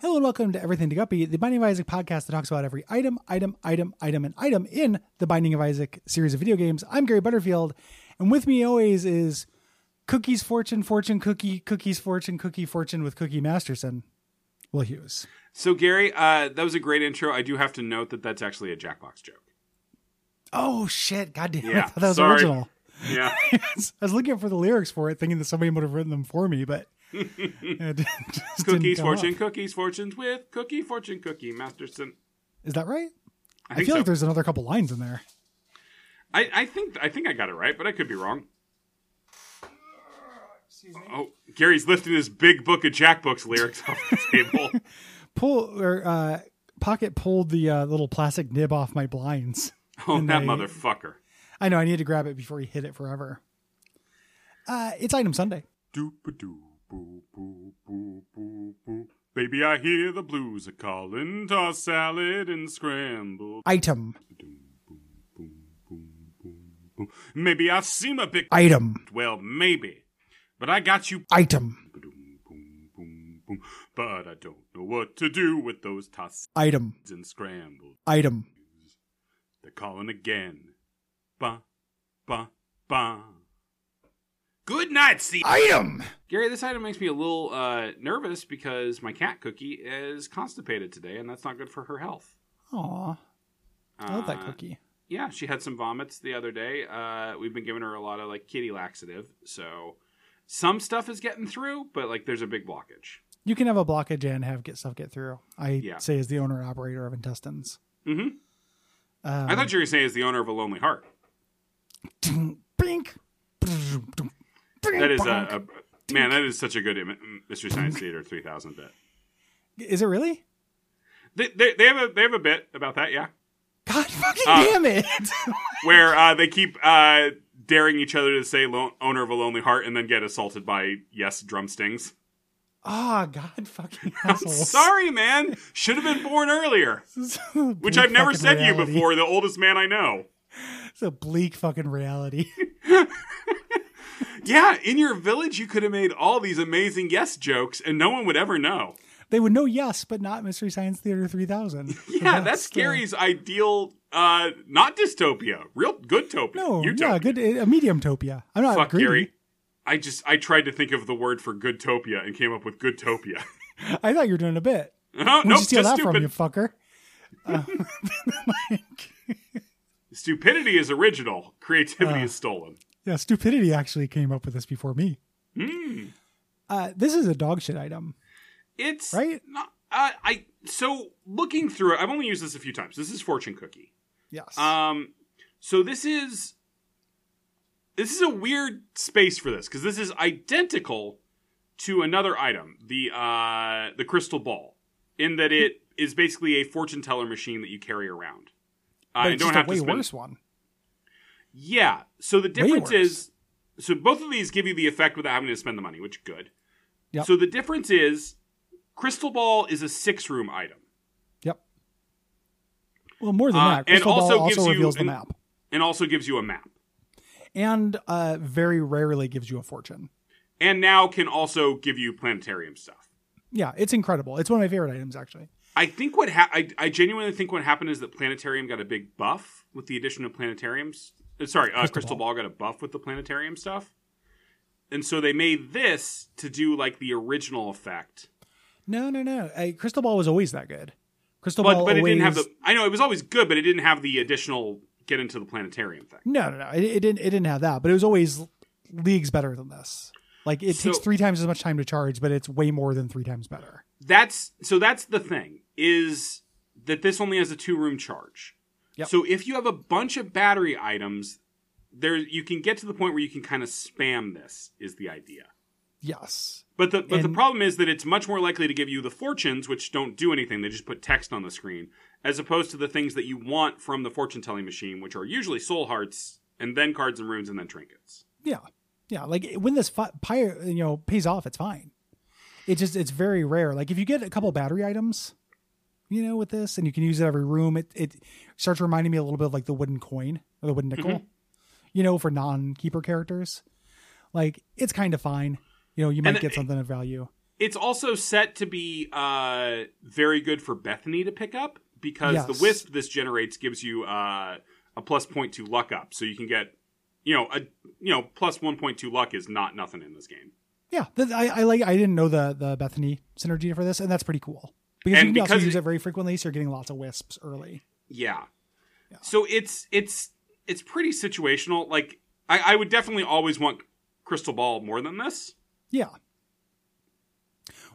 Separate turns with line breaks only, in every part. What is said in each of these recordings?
Hello and welcome to Everything to Guppy, the Binding of Isaac podcast that talks about every item, item, item, item, and item in the Binding of Isaac series of video games. I'm Gary Butterfield, and with me always is Cookies Fortune, Fortune Cookie, Cookies Fortune, Cookie Fortune with Cookie Masterson, Will Hughes.
So Gary, uh, that was a great intro. I do have to note that that's actually a Jackbox joke.
Oh shit! Goddamn,
Yeah,
I thought that was
sorry.
original.
Yeah,
I was looking for the lyrics for it, thinking that somebody would have written them for me, but it just didn't
cookies,
come
fortune,
up.
cookies, fortunes with cookie, fortune, cookie, Masterson.
Is that right? I
I think
feel
so.
like there's another couple lines in there.
I, I think I think I got it right, but I could be wrong. Oh, Gary's lifting his big book of Jackbooks lyrics off the table.
pull or uh, pocket pulled the uh, little plastic nib off my blinds.
Oh,
And
that
they-
motherfucker.
I know I need to grab it before he hid it forever. Uh, it's item Sunday.
Doop-a-doo, boo, boo, boo, boo, boo. Baby, I hear the blues are calling. Toss salad and scramble.
Item.
Maybe I seem a bit
Item.
well, maybe, but I got you.
Item.
But I don't know what to do with those tosses
Item.
and scrambles.
Item.
They're calling again. Ba, ba, ba. Good night, C.
Item.
Gary, this item makes me a little uh, nervous because my cat Cookie is constipated today, and that's not good for her health.
Aw, I love that
Uh,
cookie.
Yeah, she had some vomits the other day. Uh, we've been giving her a lot of like kitty laxative, so some stuff is getting through, but like there's a big blockage.
You can have a blockage and have get stuff get through. I
Yeah.
say as the owner operator of intestines.
hmm
Um,
I thought you were going to say is the owner of a lonely heart.
Blink.
That is a, a man. That is such a good Im- Mystery Science Theater 3000 bit.
Is it really?
They, they, they have a they have a bit about that, yeah,
God fucking
Uh,
damn it!
where uh, they keep uh, daring each other to say lo- owner of a lonely heart and then get assaulted by yes drum stings.
Ah, God fucking
I'm
assholes.
sorry, man. Should have been born earlier.
This is a
Which
bleak
I've never
fucking
said to
reality.
you before. The oldest man I know.
It's a bleak fucking reality.
Yeah, in your village, you could have made all these amazing yes jokes, and no one would ever know.
they would know yes, but not Mystery Science Theater 3000.
Yeah, that's
the-
Gary's ideal, uh, not dystopia, real good topia.
No,
Utopia.
yeah, good uh, a medium topia. I'm not
Fuck
greedy.
Gary. I just I tried to think of the word for good topia and came up with good topia.
I thought you were doing a bit.
no,
Where'd
nope,
you
just
steal that
stupid.
from, you fucker? Um, like,
Stupidity is original.
Uh.
Creativity is stolen.
yeah, stupidity actually came up with this before me.
Mm.
Uh, this is a dog shit item,
It's
right?
Not, uh, I so looking through it. I've only used this a few times. This is fortune cookie.
Yes.
Um, so this is this is a weird space for this because this is identical to another item, the uh, the crystal ball, in that it is basically a fortune teller machine that you carry around. Uh,
but
and
it's
don't
just
have
a way
to spend-
worse one.
Yeah. So the difference
worse.
is, so both of these give you the effect without having to spend the money, which good.
Yep.
So the difference is, crystal ball is a six room item.
Yep. Well, more than
Uh,
that,
and
Crystal Ball
also gives
also
you
reveals the
an-
map,
and also gives you a map.
and uh, very rarely gives you a fortune.
And now can also give you planetarium stuff.
Yeah, it's incredible. It's one of my favorite items, actually.
I think what ha- I, I genuinely think what happened is that planetarium got a big buff with the addition of planetariums. uh, Sorry, uh,
Crystal
crystal, ball. got a buff with the planetarium stuff, and so they made this to do like the original effect.
No, no, no. Uh, Crystal Ball was always that good. Crystal
But
Ball,
but it
always...
didn't have the. I know it was always good, but it didn't have the additional get into the planetarium thing.
No, no, no. It, it didn't. It didn't have that, but it was always leagues better than this. Like it takes
So-
three times as much time to charge, but it's way more than three times better.
that's so that's the thing is that this only has a two room charge.
Yep.
So if you have a bunch of battery items, there you can get to the point where you can kind of spam this is the idea.
Yes.
But the but the
And-
problem is that it's much more likely to give you the fortunes which don't do anything, they just put text on the screen as opposed to the things that you want from the fortune telling machine which are usually soul hearts and then cards and runes and then trinkets.
Yeah. Yeah. Like it- when this fi- pyre, you know, pays off, it's fine. It just it's very rare. Like if you get a couple battery items, you know, with this, and you can use it every room. It it starts reminding me a little bit of like the wooden coin or the wooden nickel.
Mm-hmm.
You know, for non keeper characters, like it's kind of fine. You know, you might
And
get something of value.
It's also set to be uh, very good for Bethany to pick up because the
Yes.
wisp this generates gives you uh, a plus point to luck up, so you can get you know a you know plus one point two luck is not nothing in this game.
Yeah, th- I, I like. I didn't know the the Bethany synergy for this, and that's pretty cool because
And
you can
because
also use
it-
it very frequently, so you're getting lots of wisps early.
Yeah. So it's it's it's pretty situational. Like I, I would definitely always want crystal ball more than this.
Yeah.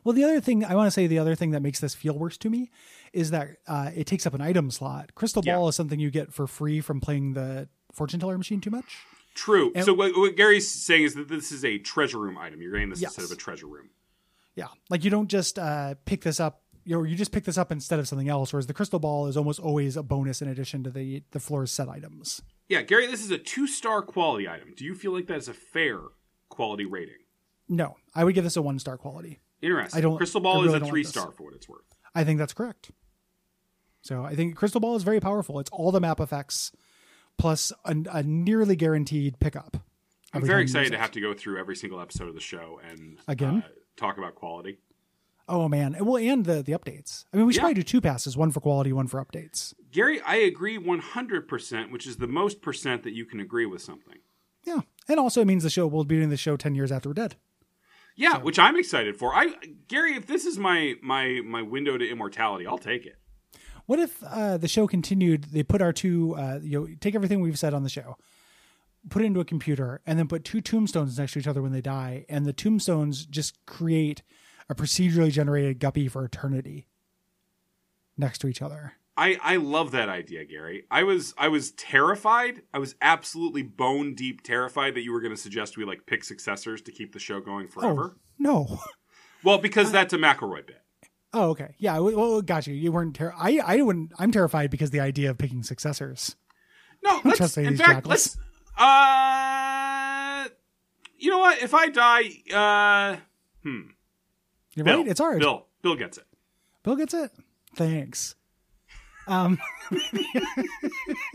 Well, the other thing I want to say, the other thing that makes this feel worse to me is that uh, it takes up an item slot. Crystal
Yeah.
ball is something you get for free from playing the fortune teller machine too much.
True. so what, what Gary's saying is that this is a treasure room item. You're getting this
Yes.
instead of a treasure room.
Yeah, like you don't just uh, pick this up. You know, you just pick this up instead of something else. Whereas the crystal ball is almost always a bonus in addition to the the floor's set items.
Yeah, Gary, this is a two star quality item. Do you feel like that is a fair quality rating?
No, I would give this a one star quality.
Interesting.
I don't-
Crystal
I
ball
really
is
don't
a
like
three
this.
star for what it's worth.
I think that's correct. So I think Crystal Ball is very powerful. It's all the map effects plus a, a nearly guaranteed pickup. every
I'm
time
very
you use
excited to
it.
have to go through every single episode of the show and
Again?
uh, talk about quality.
Oh man, and well, and the the updates. I mean, we should
Yeah.
probably do two passes: one for quality, one for updates.
Gary, I agree 100%, which is the most percent that you can agree with something.
Yeah, and also it means the show we'll be doing the show ten years after we're dead.
Yeah, which I'm excited for. I Gary, if this is my my my window to immortality, I'll take it.
What if uh, the show continued? They put our two, uh, you know, take everything we've said on the show, put it into a computer, and then put two tombstones next to each other when they die, and the tombstones just create a procedurally generated guppy for eternity next to each other.
I, I love that idea, Gary. I was I was terrified. I was absolutely bone deep terrified that you were going to suggest we like pick successors to keep the show going
Oh.
forever.
No.
Well, because that's a McElroy bit.
Oh, okay. Yeah. w- Well, got you. You weren't. Ter- I. I wouldn't. I'm terrified because the idea of picking successors.
No, let's.
trust any of
in
these
fact,
jackals.
let's. Uh, you know what? If I die, uh,
You're
Bill,
right. It's hard.
Bill, Bill gets it.
Bill gets it. Thanks. Um,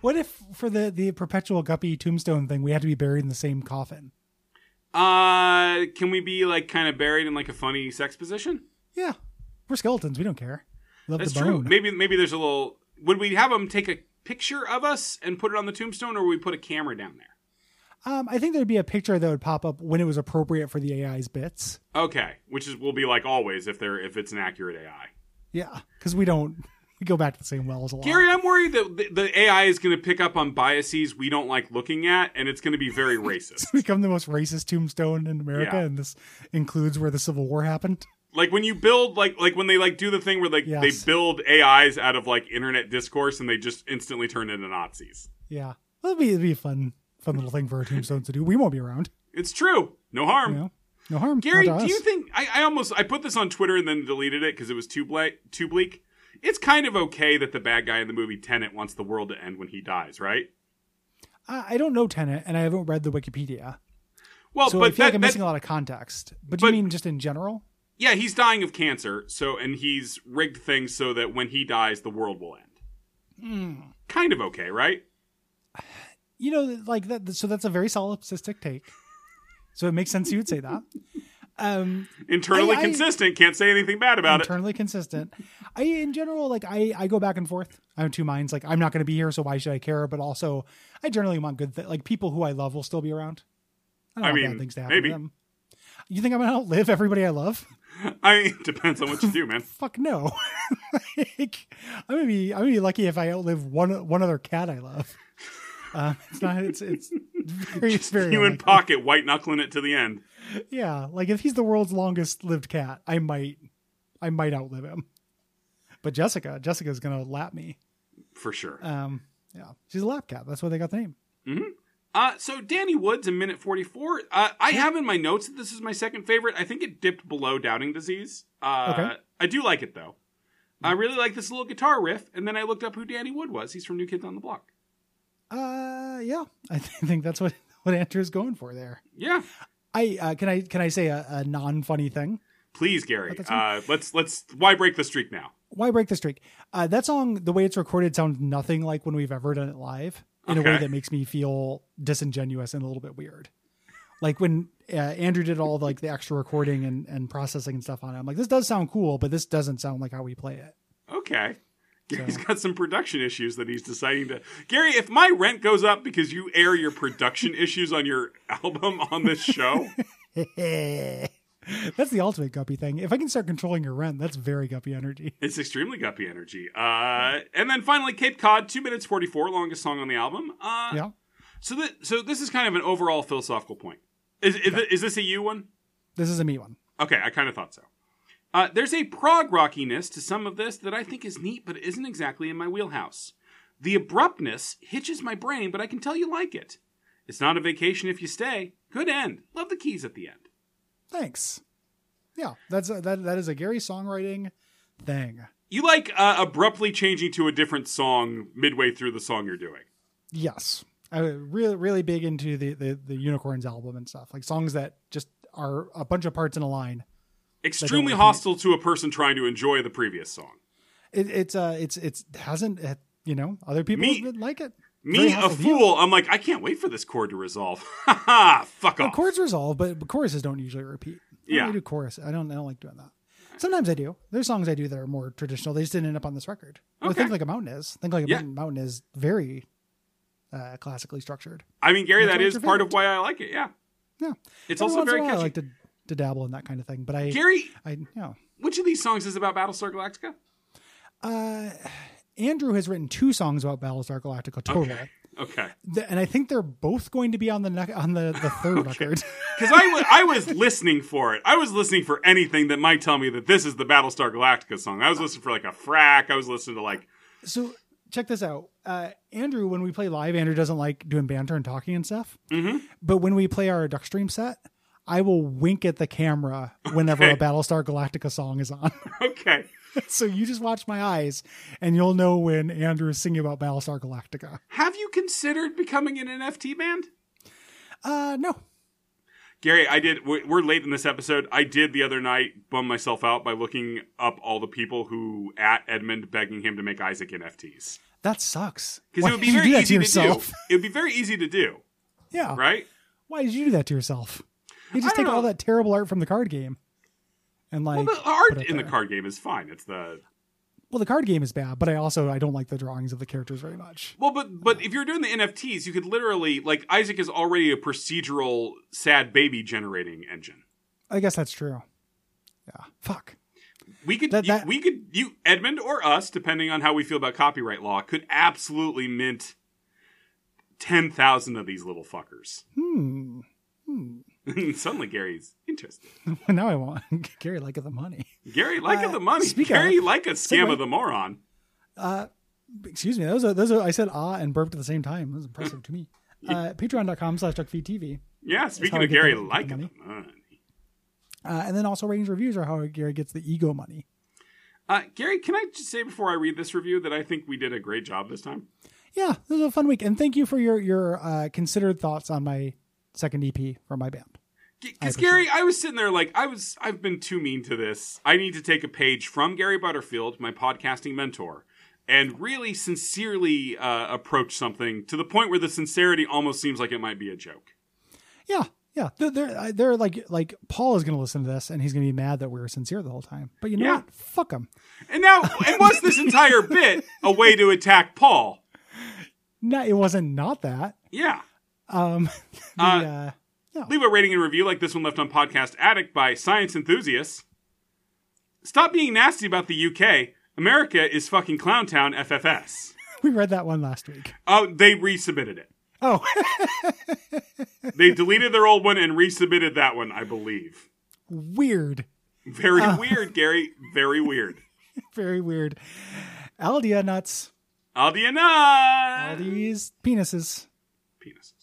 what if for the the perpetual guppy tombstone thing, we had to be buried in the same coffin?
Uh, can we be like kind of buried in like a funny sex position?
Yeah, we're skeletons. We don't care. Love
That's
the
true.
bone.
Maybe maybe there's a little. Would we have them take a picture of us and put it on the tombstone, or would we put a camera down there?
Um, I think there'd be a picture that would pop up when it was appropriate for the AI's bits.
Okay, which is will be like always if they're if it's an accurate AI.
Yeah, because we don't. We go back to the same wells a lot.
Gary, I'm worried that the, the AI is going to pick up on biases we don't like looking at, and it's going to be very racist.
become the most racist tombstone in America,
Yeah.
and this includes where the Civil War happened.
like when you build like like when they like do the thing where like
Yes.
they build AIs out of like internet discourse and they just instantly turn into Nazis.
Yeah, that'd be it'd be a fun fun little thing for our tombstones to do. We won't be around.
It's true. No harm.
You know, no harm. not
Gary,
to us.
do you think I, I almost I put this on Twitter and then deleted it because it was too bleak. Too bleak. It's kind of okay that the bad guy in the movie Tenet wants the world to end when he dies, right?
I I don't know Tenet, and I haven't read the Wikipedia,
Well,
so
Oh, but
I feel
that,
like I'm
that-
missing a lot of context. But do you
but-
mean just in general?
yeah, he's dying of cancer, so and he's rigged things so that when he dies, the world will end.
Hmm.
Kind of okay, right?
You know, like that. So that's a very solipsistic take. So it makes sense you would say that. Um,
Internally
I- I-
consistent. Can't say anything bad about it.
internally consistent. I, in general, like I, I go back and forth. I have two minds. Like I'm not going to be here, so why should I care? But also, I generally want good. Th- like people who I love will still be around. I don't
I
want
mean,
bad things to happen
maybe.
to them. You think I'm going to outlive everybody I love?
I mean, it depends on what you do, man.
Fuck no. like, I'm gonna be I'm gonna be lucky if I outlive one one other cat I love. Um, it's not it's it's very it's very
You in
unlikely.
pocket, white knuckling it to the end.
yeah. Like if he's the world's longest lived cat, I might I might outlive him. But Jessica Jessica's gonna lap me.
For sure.
Um, yeah, she's a lap cat. That's why they got the name.
Uh, so Danny Woods in minute 44. Uh, I have in my notes that this is my second favorite. I think it dipped below Doubting Disease. Uh,
Okay.
I do like it though. I really like this little guitar riff, and then I looked up who Danny Wood was. He's from New Kids on the Block.
Uh, yeah, I think that's what what Andrew's going for there.
Yeah.
I uh, can I can I say a, a non funny thing?
Please, Gary.
Oh, that's
Uh, let's let's why break the streak now?
why break the streak? Uh, that song, the way it's recorded, sounds nothing like when we've ever done it live in a way
Okay.
that makes me feel disingenuous and a little bit weird. like when uh, Andrew did all like the extra recording and, and processing and stuff on it. I'm like, this does sound cool, but this doesn't sound like how we play it.
Okay. Gary's got some production issues that he's deciding to. Gary, if my rent goes up because you air your production issues on your album on this show,
that's the ultimate guppy thing. If I can start controlling your rent, that's very guppy energy.
it's extremely guppy energy. Uh, and then finally, Cape Cod, two minutes forty four, longest song on the album. Uh,
Yeah.
So that so this is kind of an overall philosophical point. Is is, thi- is this a you one?
This is a me one.
Okay, I kind of thought so. Uh, there's a prog rockiness to some of this that I think is neat, but it isn't exactly in my wheelhouse. The abruptness hitches my brain, but I can tell you like it. It's not a vacation if you stay. Good end. Love the keys at the end.
Thanks. Yeah, that's a, that that is a Gary songwriting thing.
You like uh, abruptly changing to a different song midway through the song you're doing.
Yes. I was really really big into the, the the Unicorns album and stuff. Like songs that just are a bunch of parts in a line.
Extremely
repeat.
hostile to a person trying to enjoy the previous song.
It, it's uh it's it's hasn't it, you know, other people
Me-
would like it. Very
Me, a
hostile to you.
fool, I'm like, I can't wait for this chord to resolve. Ha ha! Fuck
The
off.
chords resolve, but but choruses don't usually repeat. I
Yeah.
only do chorus. I don't I don't like doing that. Sometimes I do. There's songs I do that are more traditional. They just didn't end up on this record. Well,
Okay.
Think Like a Mountain is. Think Like a
Yeah.
Mountain Mountain is very uh, classically structured.
I mean, Gary,
That's
that
one of
is
your
part of why I like it. Yeah.
Yeah.
It's
Every
also
once in
very
a while,
catchy.
I like to, to dabble in that kind of thing, but I,
Gary,
I, you know,
which of these songs is about Battlestar Galactica?
uh, Andrew has written two songs about Battlestar Galactica total,
Okay,
Th- and I think they're both going to be on the ne- on the the third record.
because I wa- I was listening for it. I was listening for anything that might tell me that this is the Battlestar Galactica song. I was listening for like a frack. I was listening to like
So check this out, uh, Andrew. When we play live, Andrew doesn't like doing banter and talking and stuff.
Mhm.
But when we play our Duckstream set, I will wink at the camera whenever
Okay.
a Battlestar Galactica song is on.
okay,
so you just watch my eyes, and you'll know when Andrew is singing about Battlestar Galactica.
have you considered becoming an NFT band?
Uh, no,
Gary, I did. We're we're late in this episode. I did the other night bum myself out by looking up all the people who at Edmund begging him to make Isaac NFTs
That sucks.
because
Why
it would be
did you
very
do that
easy
to
to,
yourself?
do. It would be very easy to do,
Yeah.
right?
Why did you do that to yourself? You just
don't
take all
know.
that terrible art from the card game, and like,
The
put
art
it
in the
there.
card game is fine. It's the
well, the card game is bad, but I also I don't like the drawings of the characters very much.
Well, but but if you're doing the NFTs, you could literally like Isaac is already a procedural sad baby generating engine.
I guess that's true. Yeah. Fuck.
We could
That-
you-
that-
we could you Edmund or us, depending on how we feel about copyright law, could absolutely mint ten thousand of these little fuckers.
Hmm. Hmm.
Suddenly, Gary's interested.
now I want Gary like of the money.
Gary, like of
Uh,
the money.
speak
Gary,
of-
like a scam
segue.
of the moron.
Uh, excuse me. Those are those are. I said ah and burped at the same time. That was impressive to me. Uh, Patreon.com/slash DuckFeedTV.
Yeah, speaking
how I
of
get
Gary,
the- the
like of
money.
the money.
Uh, and then also ratings reviews are how Gary gets the ego money.
Uh, Gary, can I just say before I read this review that I think we did a great job this time?
yeah, this was a fun week, and thank you for your your uh, considered thoughts on my second EP for my band.
Because
appreciate
Gary, I was sitting there like I was. I've been too mean to this. I need to take a page from Gary Butterfield, my podcasting mentor, and really sincerely uh, approach something to the point where the sincerity almost seems like it might be a joke.
Yeah, yeah, they're they're, I- they're like like Paul is going to listen to this, and he's going to be mad that we were sincere the whole time. But you know
Yeah.
what? Fuck him.
And now, and was this entire bit a way to attack Paul?
No, it wasn't not that.
Yeah.
Um, the,
Uh,
uh,
Leave a rating and review like this one left on Podcast Addict by Science Enthusiasts. Stop being nasty about the UK. America is fucking Clowntown FFS.
we read that one last week.
Oh, they resubmitted it.
Oh,
They deleted their old one and resubmitted that one, I believe.
weird,
Very weird, Gary. Very weird.
very weird. Aldia nuts.
Aldiana!
Aldi's penises.
Penis.